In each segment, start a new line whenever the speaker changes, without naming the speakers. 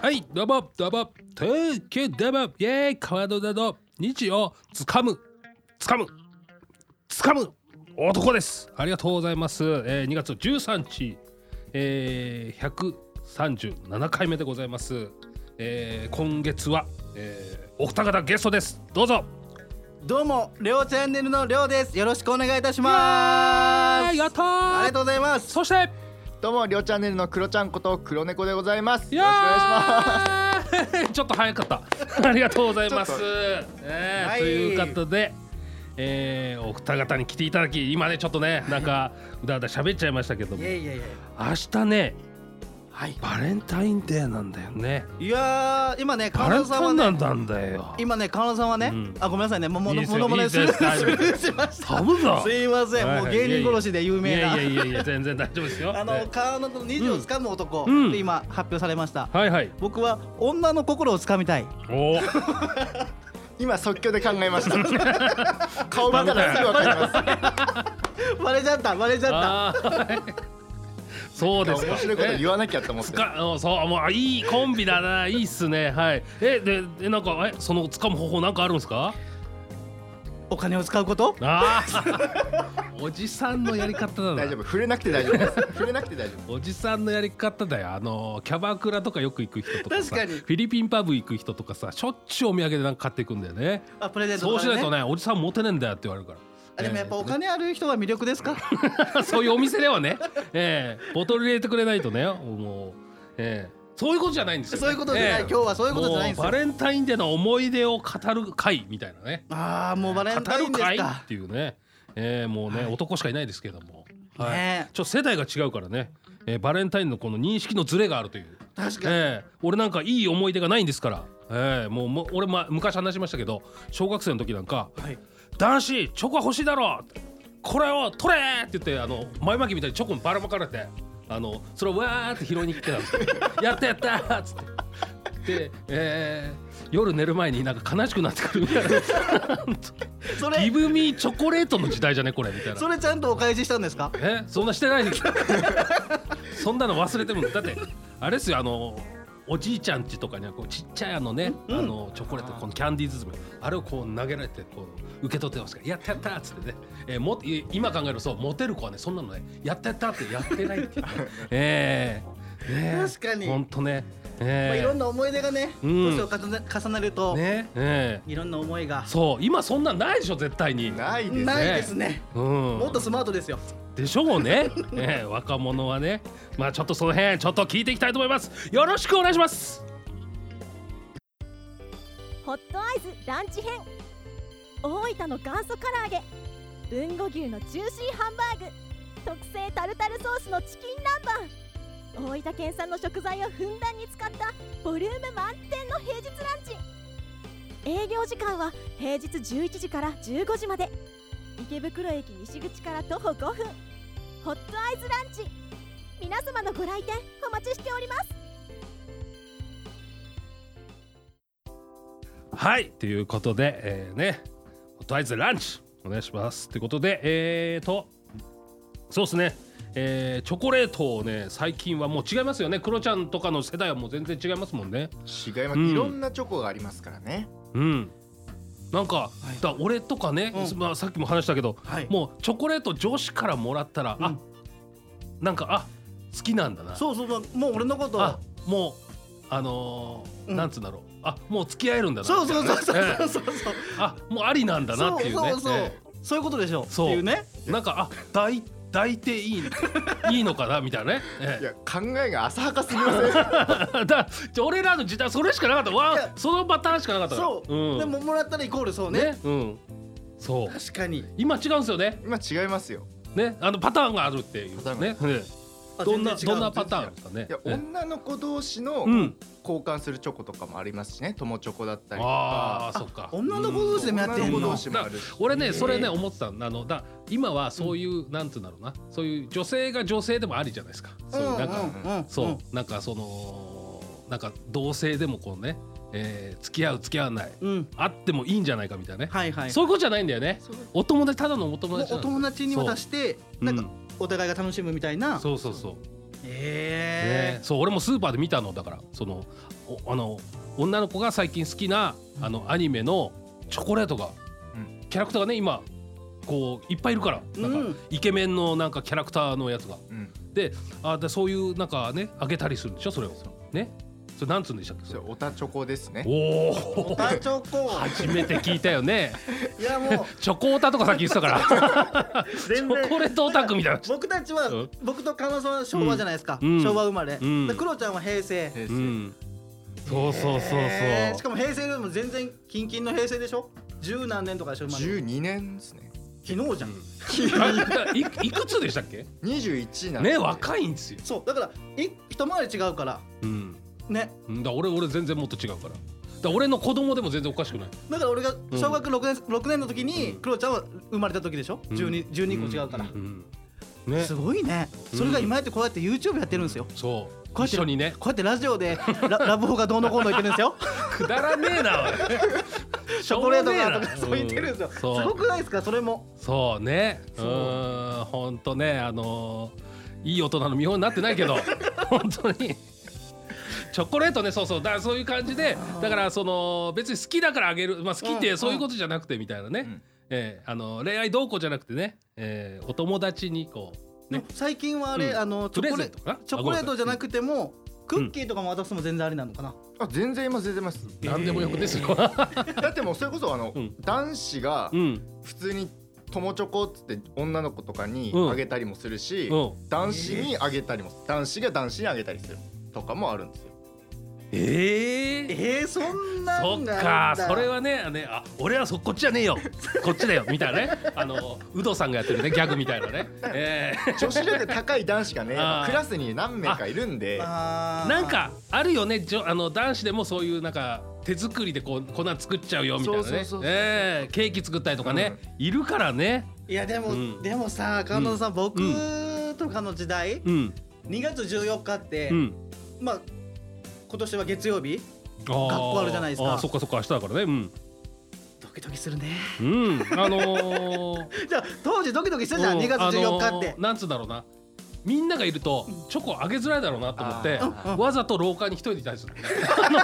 はいどうもどうもトゥーキューどうもイエーイ川野田の日をつかむつかむつかむ男ですありがとうございます、えー、2月13日、えー、137回目でございます、えー、今月は、えー、お二方ゲストですどうぞ
どうも、りょうチャンネルのりょうです。よろしくお願いいたします。
やった
ありがとうございます。
そして
どうも、りょうチャンネルのクロちゃんこと黒猫でございます。
い
よろしくお願いします。
やーちょっと早かった。あ りがとうございます。
ちょっ
えー
はい
ということで、えーお二方に来ていただき、今ねちょっとねなんかうだうだ喋っちゃいましたけども、
いやいやいや。
明日ね
はい。
バレンタインデーなんだよね。
いやー、今ね、
バ
川
レ
野
ン
さん
タイ
は
ンな
ね。
んだんだよ。
今ね、川野さんはね、
うん
あ、ごめんなさいね、もも
いい
の
です
も
よ
のまね
いい
する
です
す
大丈夫
るしました。
サブだ
す。いません、もう芸人殺しで有名
いやい
な。
やいやいや全然大丈夫ですよ。
あ
え
の、川野の二十を掴む男、
うん
って今発表されました。
ーはいはい。
僕は女の心を掴みたい。
おー。
今、即興で考えま した。顔見たらすぐわかります。
バレちゃった、バレちゃった。
あーはいそうですか。
面白いこと
ね
言わなきゃと思って。
かうんそうもういいコンビだないいっすねはいえででなんかえその掴む方法なんかあるんですか
お金を使うこと。
あ ーおじさんのやり方だな
大丈夫、触れなくて大丈夫です。触れなくて大丈夫。
おじさんのやり方だよあのキャバクラとかよく行く人とかさ
確かに
フィリピンパブ行く人とかさしょっちゅうお土産でなんか買っていくんだよね
あ、プレゼント
そう
とか
し
ね。
ないとねおじさんモテねえんだよって言われるから
あでもやっぱお
え
金ある人は魅力で すか。
ーそういうお店ではね、えー、ボトル入れてくれないとねもう、えーそういうことじゃないんですよね、
そういうことじゃない、
えー
今日はそういうことじゃないんです
も
よ
うバレンタインデーの思い出を語る会みたいなね
ああもうバレンタイ
語る
ンです
会
か
っ。ていうね、えーもうね、
はい
男しかいないですけども、はい
ねえ
ちょっと世代が違うからね、えーバレンタインのこの認識のズレがあるという、
確かに。
えー俺なんかいい思い出がないんですから、えーもうもう俺、ま、昔話しましたけど小学生の時なんか
はい。
「男子チョコ欲しいだろこれを取れ!」って言ってあの前巻きみたいにチョコにばらまかれてあのそれをわーって拾いに来てたんです よやったやったーっつって。で、えー夜寝る前になんか悲しくなってくるみたいな
そ
ギ
れ
ブミーチョコレートの時代じゃねこれみたいな
それちゃんとお返ししたんですか。
えそんなしてないです そんなの忘れてもだってあれですよあのおじいちゃんちとかにはこうちっちゃいあのね、あのチョコレートこのキャンディー包みあれをこう投げられてこう受け取ってますから「やったやった」っつってね、えーもい今考えるとそうモテる子はねそんなのね「やったやった」ってやってない っていうねええねえ
確かに
ほんとね
まあいろん
え
な思い出がね、
うん
年を重ね重ねる
え
と
ねええ
いろんな思いが
そう今そんなんないでしょ絶対に、
ないです。
ないですね。
うん、
もっとスマートですよ。
でしょう ねねえ若者はねまあちょっとその辺ちょっと聞いていきたいと思いますよろしくお願いします
ホットアイズランチ編大分の元祖唐揚げ豊後牛のジューシーハンバーグ特製タルタルソースのチキン南蛮大分県産の食材をふんだんに使ったボリューム満点の平日ランチ営業時間は平日11時から15時まで池袋駅西口から徒歩5分ホットアイズランチ皆様のご来店お待ちしております
はいということで、えー、ねとりあえずランチお願いしますということでえーとそうですねえーチョコレートをね最近はもう違いますよねクロちゃんとかの世代はもう全然違いますもんね
違いま
う
す。
ん
いろんなチョコがありますからね。
うんなんか、
い
だ俺とかね、
うん
まあ、さっきも話したけど、
はい
もうチョコレート上司からもらったら、
う
あ
ん
なんかあ好きなんだな
そうそうそうもう俺のこと
あもうあのー
うん
なんつうんだろうあもう付き合えるんだな
そうそうそうそう
ええ
そうそうそう
あもうありなんだなっていうね
そうそうそう
え
そういうことでしょう。
そう
っていうね。
えなんかあ抱い抱いていい いいのかなみたいなね、え
いや、考えが浅はかすぎません。
え、だじゃあ俺らの時代それしかなかった
い
わ
や
そのパターンしかなかったから
そう。
うん、
でももらったらイコールそう
ね
ね。
うんそう
確かに。
今違うんですよね
今違いますよ。
ねあのパターンがあるっていう
パターンが
ね、ええ
あ
どんな
全然違
ど
うん
なパターンですかね
いや、
え
女の子同士の
えうん
交換するチョコとかもありますしね。友チョコだったりと
あ
か。
あそっか
女の子同士でもやって
女
ん
の子
の
同。士もあるし。
俺ねそれね
えー
思ってたのあのだ今はそういう、なんていうんだろうなそういう女性が女性でもありじゃないですかそういうなんか、
うんうん
そう、なんかそのなんか同性でもこうね、えー付き合う付き合わない
うん。うん。
あってもいいんじゃないかみたいなね、
はいはい。
そういうことじゃないんだよね
そう
お友達ただのお友
もう
達
お友達に渡して
そう
なんかお互いが楽しむみたいな。
そうそうそう
え
ねそう俺もスーパーで見たのだからそのおあの女の子が最近好きなあのアニメのチョコレートが、
うん
キャラクターがね今こういっぱいいるからなんか、
うん
イケメンのなんかキャラクターのやつが
うん
であでそういうなんかねあげたりするんでしょそれをねそれなんつうんでしたっけ
それオタチョコですね
お
ー、オ
お
タチョコ
初めて聞いたよ ね
いやもう
チョコオタとかさっき言ってたからチ
全然
ョコレートオタクみたいな
僕たちは、
うん
僕と川野さんは昭和じゃないですか、
うん
昭和生まれ、
うん
でクロちゃんは平成
平
う
成
んそうそうそうそう、
えーしかも平成でも全然キンキンの平成でしょ十何年とかでしょ生まれ
12年ですね
昨日じゃん、
あいいくつでしたっけ
21なんで
ね若いんですよ、
そうだからい一回り違うから
うん、
ね
だ俺俺全然もっと違うからだから俺の子供でも全然おかしくない
だから俺が小学6年,、六年の時に
うん
クロちゃんは生まれた時でしょ、
うん
十二 12, 12個違うから、
うんね
すごいねそれが今やってこうやって YouTube やってるんですよ
そう
こうやって
一緒にね
こうやってラジオでラ ラブホがどうのこうの言ってるんです よ
くだらねえなチ
チョコレートがとかそう言ってるんですよ、
そう
すごくないですかそれも
そうねう
そう
ーんほんとねあのーいい大人の見本になってないけど 本当にチョコレートねそうそうだからそういう感じでだからその別に好きだからあげる、まあ、好きっ
う
て
ん
そういうことじゃなくてみたいなね、
うん
えーあの恋愛動向じゃなくてね、えーお友達にこうね
最近はあれ、
うん
あのチ
プレ
ョコ
ゼ
レ
ントかな
チョコレートじゃな
く
くても、クッキーとかも渡すのも全然ありなのかな、
あ全然今出てます
何でもよくですよ、
だってもうそれこそあの、
うん
男子が
うん
普通に友チョコっつって女の子とかに
うん
あげたりもするし、
うん
男子にあげたりも男子が男子にあげたりするとかもあるんで すよ
ええ
えー、そんな
そ
ん
っ
が
か
あるん
そ
だ
れはねあねあ俺はそこっちじゃねえよこっちだよみたいなねあのウドさんがやってるねギャグみたいなね、えー
女子力高い男子がね
あー
クラスに何名かいるんで
あー
なんかあるよねじょあの男子でもそういうなんか手作りでこうこんなん作っちゃうよみたいな
そうそう
ね
そうそう
ええケーキ作ったりとかね、いるからね
いやでも、
うん
でもさ神田さん、僕とかの時代、
うん
2月14日って、
うん
まあ今年は月曜日
あー
学校あるじゃないですか
あーそっかそっか明日だからねうん
ドキドキするね
うんあのー、
じゃあ当時ドキドキしたじゃん2月14日って、
あのーなんつうんだろうなみんながいるとチョコあげづらいだろうなと思って
あ
ー
わざと廊下に一人でいたりするあの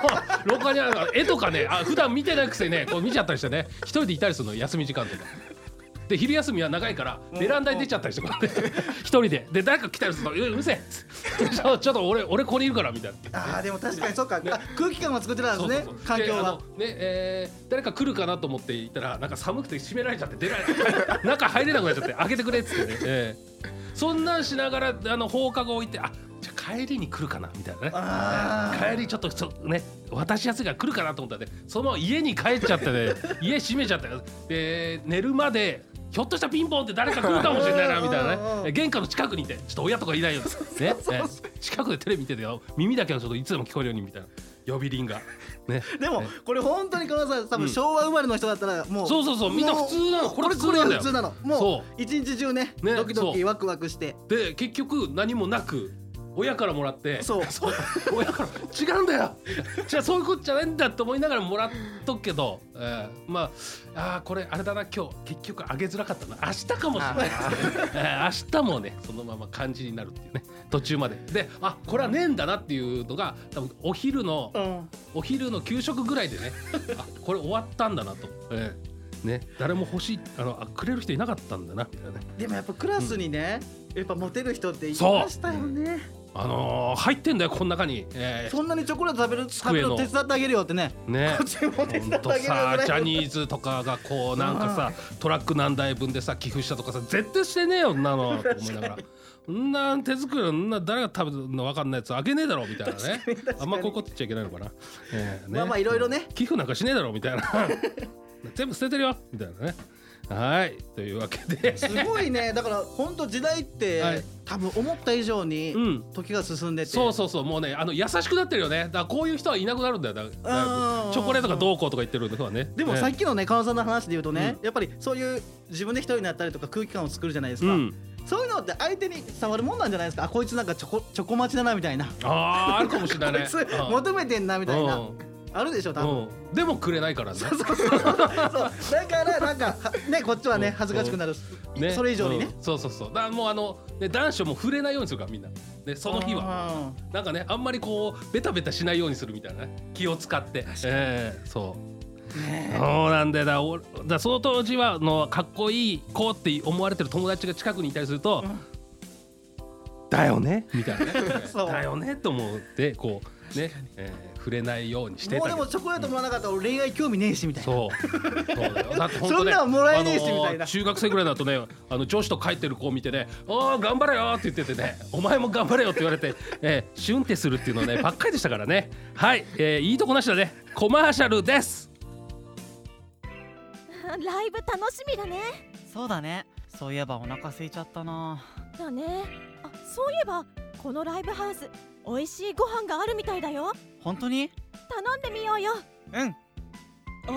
廊下にある絵とかねあ普段見てなくせにねこう見ちゃったりしてね一人でいたりするの休み時間とか。で昼休みは長いからベランダに出ちゃったりしてこうやって一人でで誰か来たりすると「うるうるせえ」っつってち ょちょっと俺俺ここにいるから」みたいな。
あーでも確かにそうか、あ空気感は作ってたんですね
そうそうそう
環境
であ
は
のねえー誰か来るかなと思って行ったらなんか寒くて閉められちゃって出られ 中入れなくなっちゃって開けてくれっつってね、えーそんなんしながらあの放課後置いてあじゃあ帰りに来るかなみたいなね
あー
帰りちょっとちょね渡しやすいから来るかなと思ったらねそのまま家に帰っちゃって ね家閉めちゃったよで寝るまでひょっとしたらピンポンって誰か来るかもしれないなみたい
うんうん
な
うんう
ね
ん
玄関の近くにいてちょっと親とかいない ようにねね近くでテレビ見ててよ耳だけはちょっといつでも聞こえるようにみたいな呼び鈴がね
でも
ね
これ本当に神田さん多
うん
分昭和生まれの人だったらもう、
そうそうそうみんな
も
普通なのこれ
これ
普通
これ
なんだ
普
よ
通なのも
そう
一日中ね
ね
ドキド
そ
キ
う
ワクワクして
で結局何もなく親からもらって
そう
親から違うんだ よじゃあそういうことじゃないんだと思いながらもらっとくけど、えーまああーこれあれだな今日結局あげづらかったな明日かもしれない、 えー明日もねそのまま漢字になるっていうね途中までであこれはねえんだなっていうのが多分お昼の
うん
お昼の給食ぐらいでねあこれ終わったんだなと、えーね誰も欲しいあのあくれる人いなかったんだなみたいなね
でもやっぱクラスにね、やっぱモテる人っていま
そう
したよね
あのー入ってんだよこの中に、え
そんなにチョコレート食べる食べ
机
る
の
の手伝ってあげるよってね
ー、ね
こっちも手伝
ほ
っ
ん
て
と
あげるよ
さ
ぐ
ジ
ら
ャ
いの
ニーズとかがこうなんかさトラック何台分でさ寄付したとかさ絶対してねえよんなの と思いながら。んな手作りのんな誰が食べるの分かんないやつあげねえだろみたいなねあんまこういうこと言っちゃいけないのかな、えーね
まあまあいろいろね
寄付なんかしねえだろみ たいな全部捨ててるよみたいなねはいというわけです
ごいねだから本当時代って、
はい
多分思った以上に
うん
時が進んでて、
そうそうそうもうねあの優しくなってるよねだからこういう人はいなくなるんだよだだいぶ
うんうん
チョコレートがどうこうとか言ってるのはね
でも
ね
さっきのね川野さんの話で言うとね、やっぱりそういう自分で一人になったりとか空気感を作るじゃないです
う
か、
ん
そういうのって相手に触るもんなんじゃないですかあこいつなんかチョコチョコ待ちだなみたいな、
あーあるかもしれない
こ
ね
いつ
うん
求めてんなみたいな、
うん
あるでしょ多分
うん、でもくれないからね
そうだからなんかはねこっちはね恥ずかしくなるし
ね
それ以上にね、
うんそうそうそうだからもうあの、ね、男子も触れないようにするからみんなでその日は
は
なんかねあんまりこうベタベタしないようにするみたいなね気を使って、ええそうそうなんだよだから俺だからその当時はあのかっこいい子って思われてる友達が近くにいたりすると、だよねみたいなね
そう
だよねと思ってこうね、ええ触れないようにして
も
たけ
うで
ど
もチョコレートもらわなかったら俺恋愛興味ねえしみたいな
そう。そうだよ。だって本
そ
当
ん
ね。
なんもらえねえし
あのー
みたいな
中学生ぐらいだとね、あの上司と帰ってる子を見てね、ああ頑張れよって言っててね、お前も頑張れよって言われて、 えー、シュンってするっていうのねばっかりでしたからね。はい、えー、いいとこなしだね。コマーシャルです。
ライブ楽しみだね
そうだねそういえばお腹空いちゃったな
だねあそういえばこのライブハウス美味しいご飯があるみたいだよ
本当に
頼んでみようよ
うん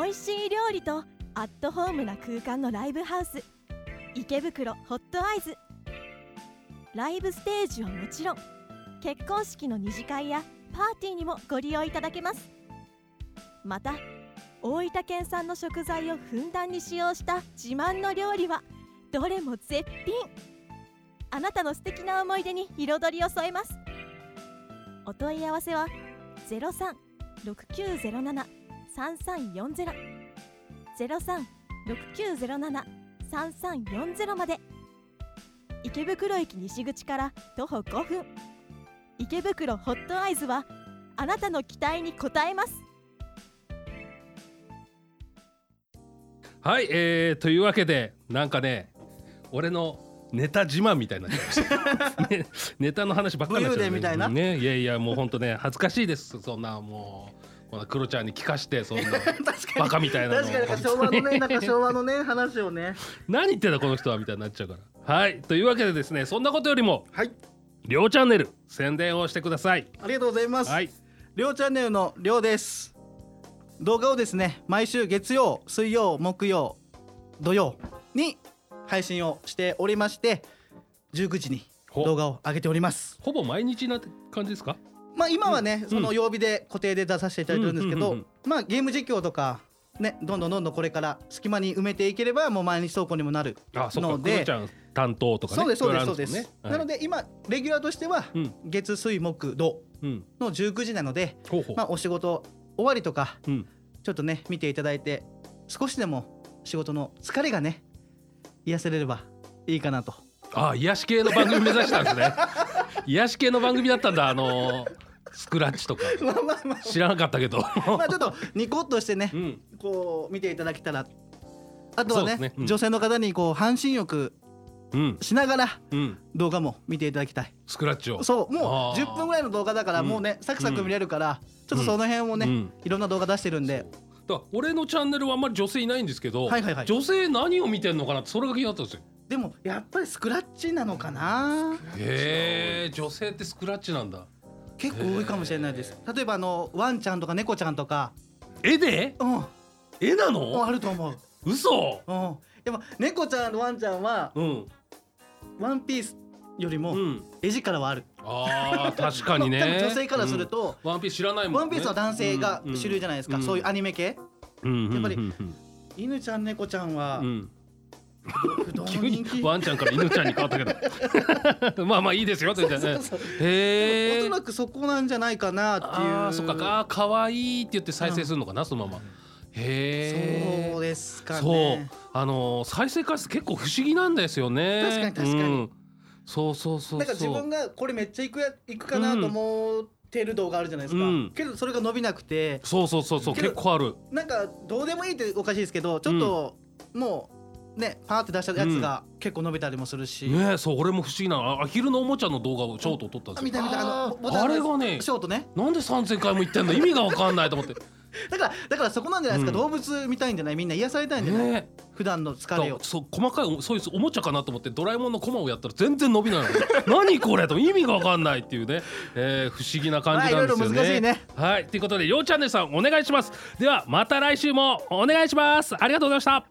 美味しい料理とアットホームな空間のライブハウス池袋ホットアイズライブステージはもちろん結婚式の二次会やパーティーにもご利用いただけますまた大分県産の食材をふんだんに使用した自慢の料理はどれも絶品あなたの素敵な思い出に彩りを添えますお問い合わせは036907 3340ゼロ三六九ゼロ七三三四ゼロまで。池袋駅西口から徒歩5分。池袋ホットアイズはあなたの期待に応えます。
はい、えー、というわけでなんかね、俺のネタ自慢みたいになっちゃいま した、ねネタの話ばっかりになっちゃう
武勇伝みたいな
ねいやいやもう本当ね恥ずかしいですそんなもうこのクロちゃんに聞かしてそんな
確か
バ
に
カみたいなの
確かになんか昭和のねなんか昭和のね話をね
何言ってんだこの人はみたいになっちゃうから。はいというわけでですねそんなことよりも
はい
両チャンネル宣伝をしてください。
ありがとうございます、
はい
りょうチャンネルのりょうです動画をですね毎週月曜水曜木曜土曜に配信をしておりまして19時に
ほ
動画を上げております
ほぼ毎日な感じですか？
まあ今はね、その曜日で固定で出させていただいてるんですけ
う
ど、
んうんうん
まあゲーム実況とかねどんどんどんどんこれから隙間に埋めていければもう毎日投稿にもなる
あそっか
の
クロ
で
ちゃん担当とかね。
そうですそうです
い
そ
ろ
う
いろあるん
です、
もんね
なので今レギュラーとしては
うん
月水木土
はいうん
の19時なので、
ほうほう、
まあお仕事終わりとか
うん
ちょっとね見ていただいて少しでも仕事の疲れがね癒せれればいいか なと
あ癒し系の番組目指したんです ね。癒し系の番組だったんだあのースクラッチとか
まあまあま
知らなかったけど。
あまあちょっ とニコッとしてね
う、ん
こう見ていただけたらあとは
そうで
ね
すねうん
女性の方にこう半身浴
うん
しながら
うん
動画も見ていただきたい
スクラッチを。
そう
あ
もう
ー
10分ぐらいの動画だから
うん
もうね、サクサク見れるから、ちょっとその辺をね、
うん
いろんな動画出してるんで
だから俺のチャンネルはあんまり女性いないんですけど、
はいはいはい
女性何を見てんのかなってそれが気になったんですよ。
でもやっぱりスクラッチなのかな
へえ女性ってスクラッチなんだ
結構多いかもしれないです例えばあのワンちゃんとか猫ちゃんとか
絵で
うん
絵な
もうあ
の
ると思う。
嘘
うん。でも猫ちゃんのワンちゃんは
うん
ワンピースより
う
も
ん
絵力はある。
あー確かに ね
多分女性からすると、
うんワンピース知らないもんね
ワンピースは男性が主流じゃないですか。そういうアニメ系。
や
やっぱり
うん
犬ちゃん猫ちゃんは
うんうん
不動の
急に
人気。
ワンちゃんから犬ちゃんに変わったけ どまあまあいいですよって言ってね
そうそう
へ
お
え
そらくそこなんじゃないかなっていう。
あーそっかあー可愛いって言って再生するのかなそのままへえ
そうですか
そう
ね。
あのー再生回数結構不思議なんですよね
確かに確か
う
に
んそうそうそうそう
なんか自分がこれめっちゃいくやいくかなと思ってる動画あるじゃないですか。
うん
けどそれが伸びなくて。
そうそうそうそう
けど
結構ある
なんかどうでもいいっておかしいですけどちょっともうねパーって出したやつが結構伸びたりもするし、
ねえそう俺も不思議なのあアヒルのおもちゃの動画をショートを撮ったん
あ
です
見
よ
た見たあのボ
あれがね
ショートね
なんで3000回も言ってんの意味がわかんないと思って
だからだからそこなんじゃないですか、動物見たいんじゃないみんな癒されたいんじゃない、
ねえ
普段の疲
だ
れを
そう細かいおそういうおもちゃかなと思ってドラえもんのコマをやったら全然伸びないの何これと意味がわかんないっていうね、えー不思議な感じなんですよね。
まあいろいろ難しいね
はいということでようチャンネルさんお願いしますではまた来週もお願いしますありがとうございました